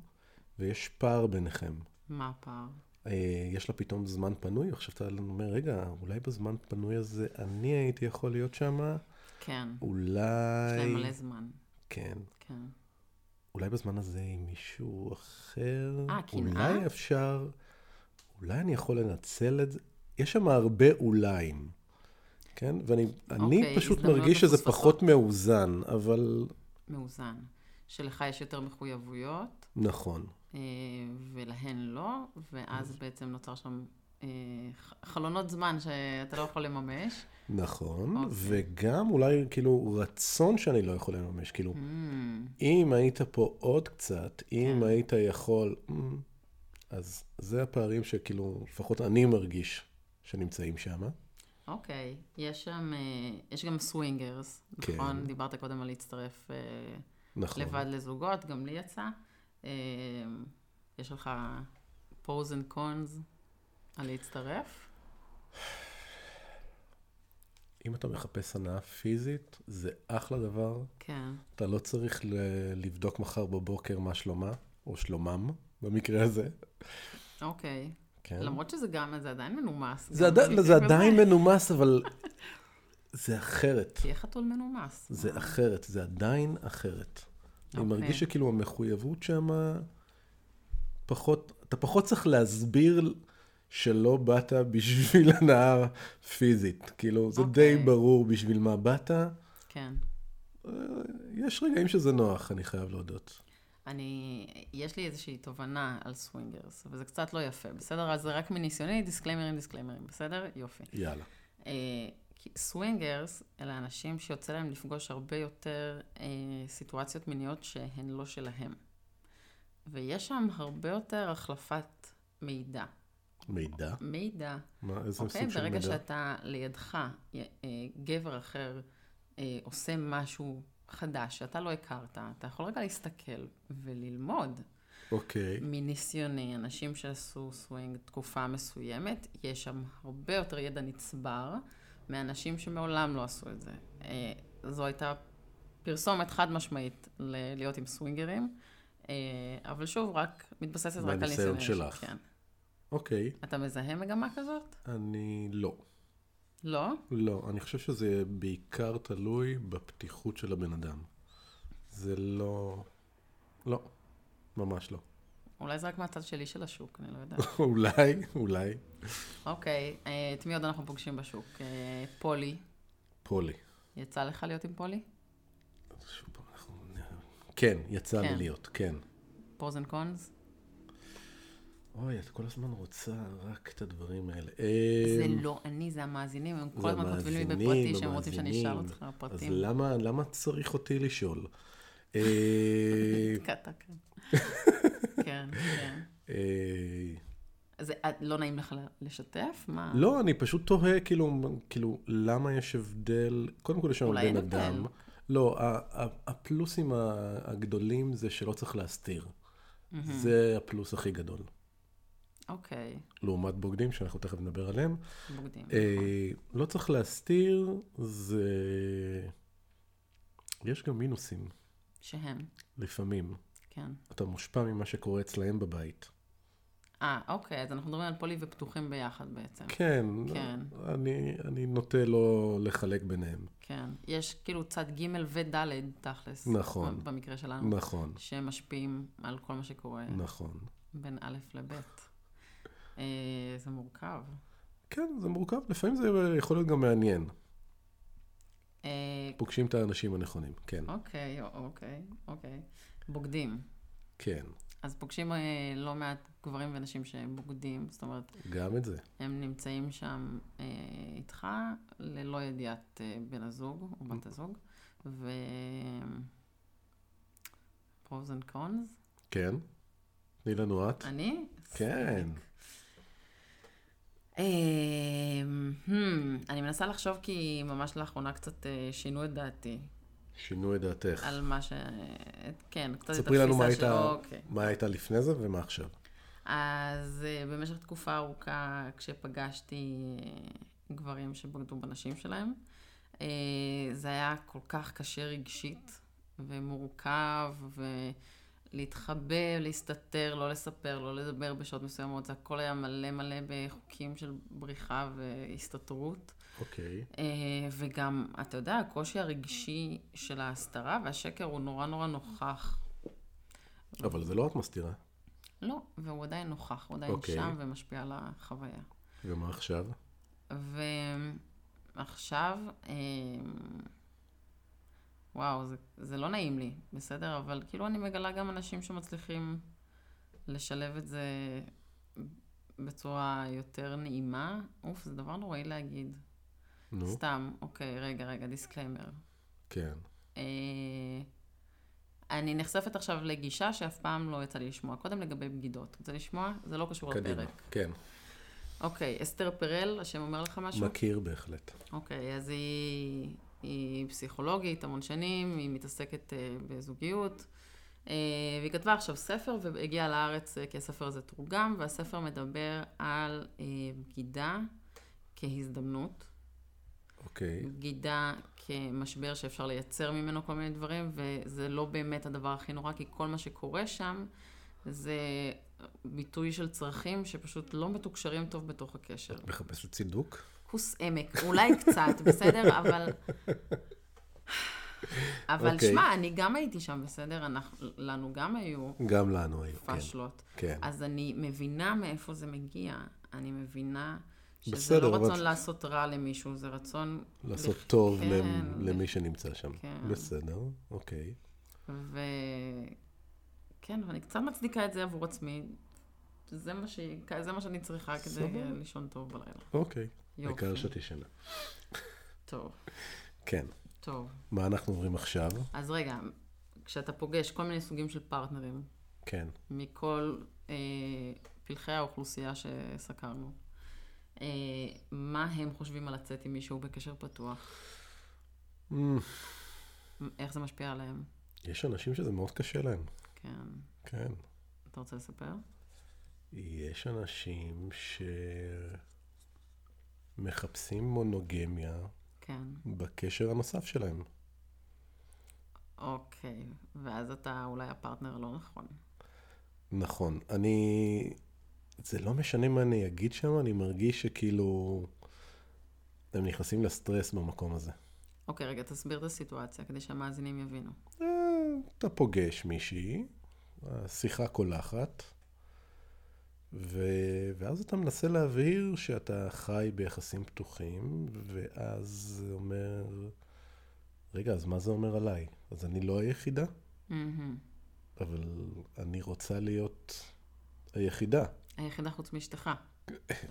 S2: ויש פער ביניכם.
S1: מה הפער?
S2: אה, יש לה פתאום זמן פנוי, עכשיו אתה אומר, רגע, אולי בזמן פנוי הזה אני הייתי יכול להיות שם,
S1: כן. יש
S2: אולי...
S1: להם מלא זמן.
S2: כן.
S1: כן.
S2: אולי בזמן הזה עם מישהו אחר.
S1: אה, קנאה?
S2: אולי אפשר, אולי אני יכול לנצל את זה. יש שם הרבה אוליים, כן? ואני
S1: אוקיי,
S2: אני פשוט
S1: הזדמנויות
S2: מרגיש שזה
S1: מפוספסות.
S2: פחות מאוזן, אבל
S1: מאוזן. שלך יש יותר מחויבויות,
S2: נכון.
S1: אה, ולהן לא, ואז
S2: אוקיי.
S1: בעצם נוצר שם אה, ח- חלונות זמן שאתה לא יכול
S2: [laughs]
S1: לממש.
S2: נכון,
S1: אוקיי.
S2: וגם אולי כאילו רצון שאני לא יכול לממש, כאילו,
S1: אמ,
S2: אם היית פה עוד קצת, אם
S1: כן.
S2: היית יכול, אמ, אז זה הפערים שכאילו, לפחות אני מרגיש שנמצאים שם.
S1: אוקיי, יש שם, אה, יש גם סווינגרס,
S2: כן.
S1: נכון? דיברת קודם על להצטרף אה,
S2: נכון.
S1: לבד לזוגות, גם לי יצא. אה, יש לך פוז אנד קונס על להצטרף?
S2: אם אתה מחפש הנאה פיזית, זה אחלה דבר.
S1: כן.
S2: אתה לא צריך ל- לבדוק מחר בבוקר מה שלומה, או שלומם, במקרה הזה.
S1: אוקיי.
S2: כן.
S1: למרות שזה גם, זה עדיין מנומס.
S2: זה,
S1: גם
S2: עדי...
S1: במקרה
S2: זה
S1: כזה.
S2: עדיין מנומס, אבל
S1: [laughs]
S2: זה אחרת.
S1: תהיה חתול מנומס.
S2: זה אחרת, זה עדיין אחרת. אני
S1: אוקיי.
S2: מרגיש שכאילו המחויבות שם פחות, אתה פחות צריך להסביר שלא באת בשביל הנאה פיזית. כאילו, זה די
S1: אוקיי.
S2: ברור בשביל מה באת.
S1: כן.
S2: יש רגעים שזה נוח, אני חייב להודות.
S1: אני, יש לי איזושהי תובנה על סווינגרס, וזה קצת לא יפה, בסדר? אז זה רק מניסיוני, דיסקליימרים, דיסקליימרים, בסדר? יופי.
S2: יאללה.
S1: אה, כי סווינגרס אלה אנשים שיוצא להם לפגוש הרבה יותר אה, סיטואציות מיניות שהן לא שלהם. ויש שם הרבה יותר החלפת מידע.
S2: מידע?
S1: מידע
S2: מה, איזה
S1: אוקיי,
S2: סוג של
S1: ברגע
S2: מידע?
S1: שאתה לידך, אה, גבר אחר אה, עושה משהו חדש שאתה לא הכרת, אתה יכול רגע להסתכל וללמוד.
S2: אוקיי,
S1: מניסיוני, אנשים שעשו סווינג תקופה מסוימת, יש שם הרבה יותר ידע נצבר מאנשים שמעולם לא עשו את זה. אה, זו הייתה פרסומת חד משמעית ל- להיות עם סווינגרים, אה, אבל שוב, רק מתבססת רק על
S2: מהניסיון
S1: ניסיון אישי,
S2: שלך.
S1: כן.
S2: אוקיי.
S1: אתה מזהה מגמה כזאת?
S2: אני לא.
S1: לא?
S2: לא, אני חושב שזה בעיקר תלוי בפתיחות של הבן אדם. זה לא... לא. ממש לא. [laughs]
S1: אולי זה רק מהצד שלי של השוק, אני לא יודעת.
S2: אולי, אולי.
S1: אוקיי, אה, את מי עוד אנחנו פוגשים בשוק? אה, פולי,
S2: פולי.
S1: יצא לך להיות עם פולי?
S2: שוב פעם, אנחנו... כן, יצא
S1: כן.
S2: לי להיות, כן.
S1: פרוז אנד קונס?
S2: אוי, את כל הזמן רוצה רק את הדברים האלה.
S1: זה
S2: אמ,
S1: לא אני, זה המאזינים, הם כל
S2: זה
S1: הזמן כותבים לי
S2: המאזינים,
S1: בפרטי שהם רוצים שאני אשאל
S2: המאזינים.
S1: אותך על
S2: אז
S1: פרטים.
S2: למה, למה צריך אותי לשאול? אה,
S1: [laughs] נתקעת,
S2: [laughs]
S1: כן. כן, כן.
S2: אה,
S1: אז את- לא נעים לך לשתף? מה?
S2: לא, אני פשוט תוהה, כאילו, כאילו, למה יש הבדל, קודם כל יש שם
S1: אולי
S2: בן
S1: אין הבדל.
S2: אדם. לא, ה- ה- הפלוסים ה- הגדולים זה שלא צריך להסתיר.
S1: Mhm.
S2: זה הפלוס הכי גדול.
S1: אוקיי,
S2: לעומת בוגדים, שאנחנו תכף נדבר עליהם.
S1: בוגדים.
S2: אה, לא צריך להסתיר, זה... יש גם מינוסים,
S1: שהם,
S2: לפעמים.
S1: כן.
S2: אתה מושפע ממה שקורה אצלהם בבית.
S1: אה, אוקיי, אז אנחנו מדברים על פולי ופתוחים ביחד בעצם.
S2: כן,
S1: כן.
S2: אני, אני נוטה לא לחלק ביניהם.
S1: כן. יש כאילו צד ג' וד' תכלס.
S2: נכון.
S1: במקרה שלנו.
S2: נכון,
S1: שמשפיעים על כל מה שקורה
S2: נכון.
S1: בין א' לב'. אה, זה מורכב.
S2: כן, זה מורכב, לפעמים זה יכול להיות גם מעניין.
S1: אה,
S2: פוגשים את האנשים הנכונים, כן,
S1: אוקיי, אוקיי, אוקיי. בוגדים.
S2: כן,
S1: אז פוגשים אה, לא מעט גברים ונשים שהם בוגדים, זאת אומרת,
S2: גם את זה.
S1: הם נמצאים שם אה, איתך ללא ידיעת אה, בן הזוג או
S2: Mm.
S1: בת הזוג, ו... פרוז אנד קונס?
S2: כן, תני לנו את.
S1: אני?
S2: כן.
S1: אה, הם, אמ, hmm, אני מנסה לחשוב כי ממש לאחרונה קצת אה, שינו את דעתי
S2: שינו את דעתך.
S1: על מה ש... כן, קצת את
S2: ספרי לנו מה
S1: התפיסה
S2: הייתה-
S1: שלו. אוקיי.
S2: מה הייתה לפני זה ומה עכשיו.
S1: אז אה, במשך תקופה ארוכה, כשפגשתי אה, גברים שבגדו בנשים שלהם, אה, זה היה כל כך קשה רגשית ומורכב, ולהתחבא, להסתתר, לא לספר, לא לדבר בשעות מסוימות, זה הכל היה מלא מלא בחוקים של בריחה והסתתרות.
S2: אוקיי.
S1: אה, וגם, אתה יודע, הקושי הרגשי של ההסתרה והשקר הוא נורא נורא נוכח.
S2: אבל זה לא את מסתירה.
S1: לא, והוא עדיין נוכח, הוא עדיין
S2: אוקיי.
S1: שם ומשפיע על החוויה.
S2: ומה עכשיו?
S1: ועכשיו, אמ, וואו, זה, זה לא נעים לי, בסדר? אבל כאילו אני מגלה גם אנשים שמצליחים לשלב את זה בצורה יותר נעימה. אוף, זה דבר נוראי להגיד.
S2: נו,
S1: סתם, אוקיי, רגע, רגע, דיסקליימר.
S2: כן.
S1: אה, אני נחשפת עכשיו לגישה שאף פעם לא יצא לי לשמוע. קודם לגבי בגידות. רוצה לשמוע? זה לא קשור
S2: קדימה.
S1: לפרק.
S2: כן,
S1: אוקיי, אסתר פרל, השם אומר לך משהו?
S2: מכיר בהחלט.
S1: אוקיי, אז היא, היא פסיכולוגית המון שנים, היא מתעסקת אה, בזוגיות, אה, והיא כתבה עכשיו ספר והגיעה לארץ אה, כי הספר הזה תורגם, והספר מדבר על אה, בגידה כהזדמנות,
S2: אוקיי,
S1: בגידה כמשבר שאפשר לייצר ממנו כל מיני דברים, וזה לא באמת הדבר הכי נורא, כי כל מה שקורה שם זה ביטוי של צרכים שפשוט לא מתוקשרים טוב בתוך הקשר.
S2: מחפשת צידוק?
S1: כוס עמק,
S2: [laughs]
S1: אולי קצת, בסדר? אבל... אבל okay.
S2: אוקיי.
S1: שמע, אני גם הייתי שם, בסדר? אנחנו, לנו גם היו
S2: גם לנו היו, כן.
S1: פאשלות.
S2: כן.
S1: אז אני מבינה מאיפה זה מגיע. אני מבינה שזה
S2: בסדר,
S1: לא
S2: אבל-
S1: רצון לעשות רע למישהו, זה רצון...
S2: לעשות
S1: לח-
S2: טוב
S1: כן,
S2: למ-
S1: לח-
S2: למי שנמצא שם.
S1: כן.
S2: בסדר, אוקיי.
S1: ו... כן, ואני קצת מצדיקה את זה עבור עצמי. זה מה, ש... זה מה שאני צריכה כדי
S2: סבבה.
S1: לישון טוב בלילה.
S2: אוקיי.
S1: יופי.
S2: העיקר שאת ישנה.
S1: טוב,
S2: כן.
S1: טוב.
S2: מה אנחנו אומרים עכשיו?
S1: אז רגע, כשאתה פוגש כל מיני סוגים של פרטנרים,
S2: כן.
S1: מכל אה, פלחי האוכלוסייה שסקרנו, אה, מה הם חושבים על לצאת עם מישהו בקשר פתוח?
S2: אמ,
S1: איך זה משפיע עליהם?
S2: יש אנשים שזה מאוד קשה להם.
S1: כן.
S2: כן.
S1: אתה רוצה לספר?
S2: יש אנשים שמחפשים מונוגמיה
S1: כן.
S2: בקשר הנוסף שלהם.
S1: אוקיי. ואז אתה אולי הפרטנר הלא נכון.
S2: נכון. אני... זה לא משנה מה אני אגיד שם, אני מרגיש שכאילו... הם נכנסים לסטרס במקום הזה.
S1: אוקיי, רגע, תסביר את הסיטואציה כדי שהמאזינים יבינו.
S2: אה, אתה פוגש מישהי, השיחה קולחת, ו... ואז אתה מנסה להבהיר שאתה חי ביחסים פתוחים, ואז זה אומר, רגע, אז מה זה אומר עליי? אז אני לא היחידה,
S1: מהמם.
S2: אבל אני רוצה להיות היחידה.
S1: היחידה חוץ מאשתך.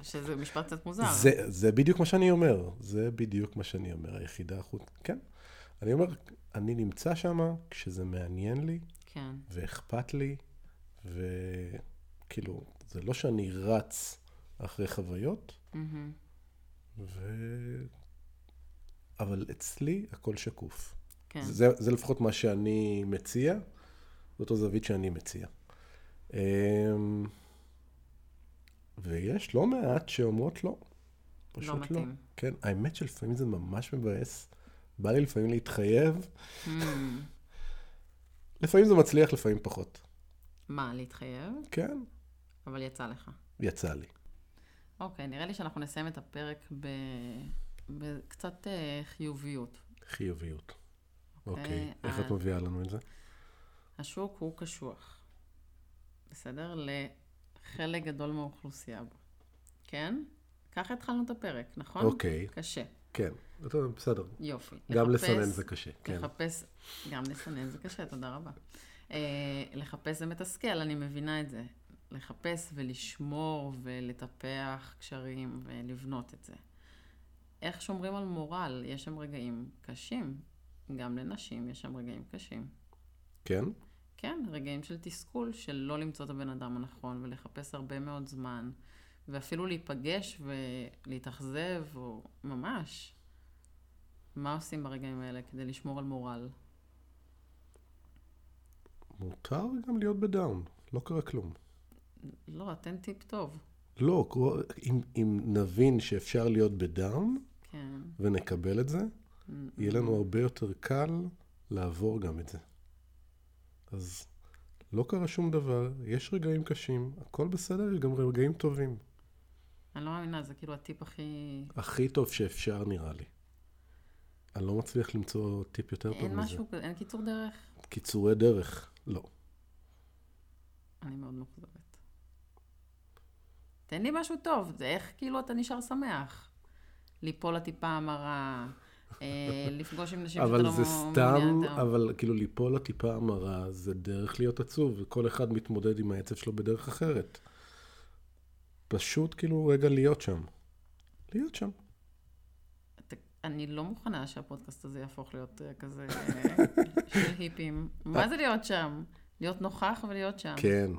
S1: שזה משפט קצת מוזר.
S2: זה, זה בדיוק מה שאני אומר. זה בדיוק מה שאני אומר, היחידה החוץ... כן. אני אומר, אני נמצא שם כשזה מעניין לי,
S1: כן.
S2: ואכפת לי, וכאילו, זה לא שאני רץ אחרי חוויות,
S1: מהמם.
S2: ו... אבל אצלי הכל שקוף.
S1: כן.
S2: זה, זה לפחות מה שאני מציע, זאת הזווית שאני מציע. אמ, ויש לא מעט שאומרות לא. פשוט לא.
S1: מתאים.
S2: כן, האמת שלפעמים זה ממש מבאס. בא לי לפעמים להתחייב,
S1: Hmm.
S2: לפעמים זה מצליח, לפעמים פחות.
S1: מה, להתחייב?
S2: כן,
S1: אבל יצא לך.
S2: יצא לי.
S1: אוקיי, נראה לי שאנחנו נסיים את הפרק ב- בקצת אה, חיוביות.
S2: חיוביות.
S1: אוקיי,
S2: אוקיי, איך את
S1: אה.
S2: מביאה לנו את זה?
S1: השוק הוא קשוח, בסדר? לחלק גדול מהאוכלוסייה בו. כן? ככה התחלנו את הפרק, נכון?
S2: אוקיי,
S1: קשה,
S2: כן. טוב, בסדר.
S1: יופי.
S2: גם
S1: לחפש-
S2: לסנן זה קשה, כן.
S1: לחפש, גם לסנן זה קשה, תודה רבה. אה, לחפש זה מתסכל, אני מבינה את זה. לחפש ולשמור ולטפח קשרים ולבנות את זה. איך שומרים על מורל? יש שם רגעים קשים. גם לנשים יש שם רגעים קשים.
S2: כן?
S1: כן, רגעים של תסכול, של לא למצוא את הבן אדם הנכון ולחפש הרבה מאוד זמן, ואפילו להיפגש ולהתאכזב, או ממש. מה עושים ברגעים האלה כדי לשמור על מורל?
S2: מותר גם להיות בדאון, לא קרה כלום.
S1: לא, תן טיפ טוב.
S2: לא, קרו- אם, אם נבין שאפשר להיות בדאון
S1: כן.
S2: ונקבל את זה, יהיה
S1: Mm.
S2: לנו הרבה יותר קל לעבור גם את זה. אז לא קרה שום דבר, יש רגעים קשים, הכל בסדר, יש גם רגעים טובים.
S1: אני לא מאמינה, זה כאילו הטיפ הכי...
S2: הכי טוב שאפשר נראה לי. אני לא מצליח למצוא טיפ יותר טוב
S1: אין
S2: מזה.
S1: משהו, כזה, אין קיצור דרך?
S2: קיצורי דרך, לא.
S1: אני מאוד מאוכזבת. תן לי משהו טוב, זה איך כאילו אתה נשאר שמח. ליפול לטיפה המרה,
S2: [laughs]
S1: אה, לפגוש עם נשים שאתה
S2: אבל
S1: לא
S2: זה
S1: מעוניין
S2: סתם,
S1: איתן.
S2: אבל כאילו ליפול לטיפה המרה זה דרך להיות עצוב, וכל אחד מתמודד עם העצב שלו בדרך אחרת. פשוט כאילו רגע להיות שם. להיות שם.
S1: ת- אני לא מוכנה שהפודקאסט הזה יהפוך להיות אה,
S2: [laughs]
S1: כזה אה, של היפים. מה זה להיות שם? להיות נוכח ולהיות שם.
S2: כן.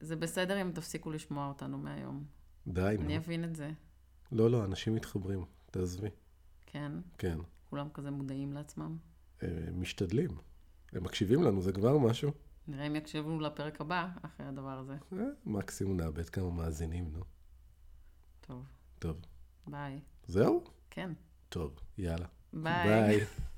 S1: זה בסדר אם תפסיקו לשמוע אותנו מהיום.
S2: די, כן, נו.
S1: אני אבין את זה,
S2: לא, לא, אנשים מתחברים, תעזבי.
S1: כן?
S2: כן.
S1: כולם כזה מודעים לעצמם.
S2: הם משתדלים. הם מקשיבים לנו, זה כבר משהו.
S1: נראה אם יקשיבו לפרק הבא אחרי הדבר הזה.
S2: אה, מקסימום נאבד כמה מאזינים, נו.
S1: טוב,
S2: טוב.
S1: ביי.
S2: זהו?
S1: כן,
S2: טוב, יאללה.
S1: ביי.
S2: ביי.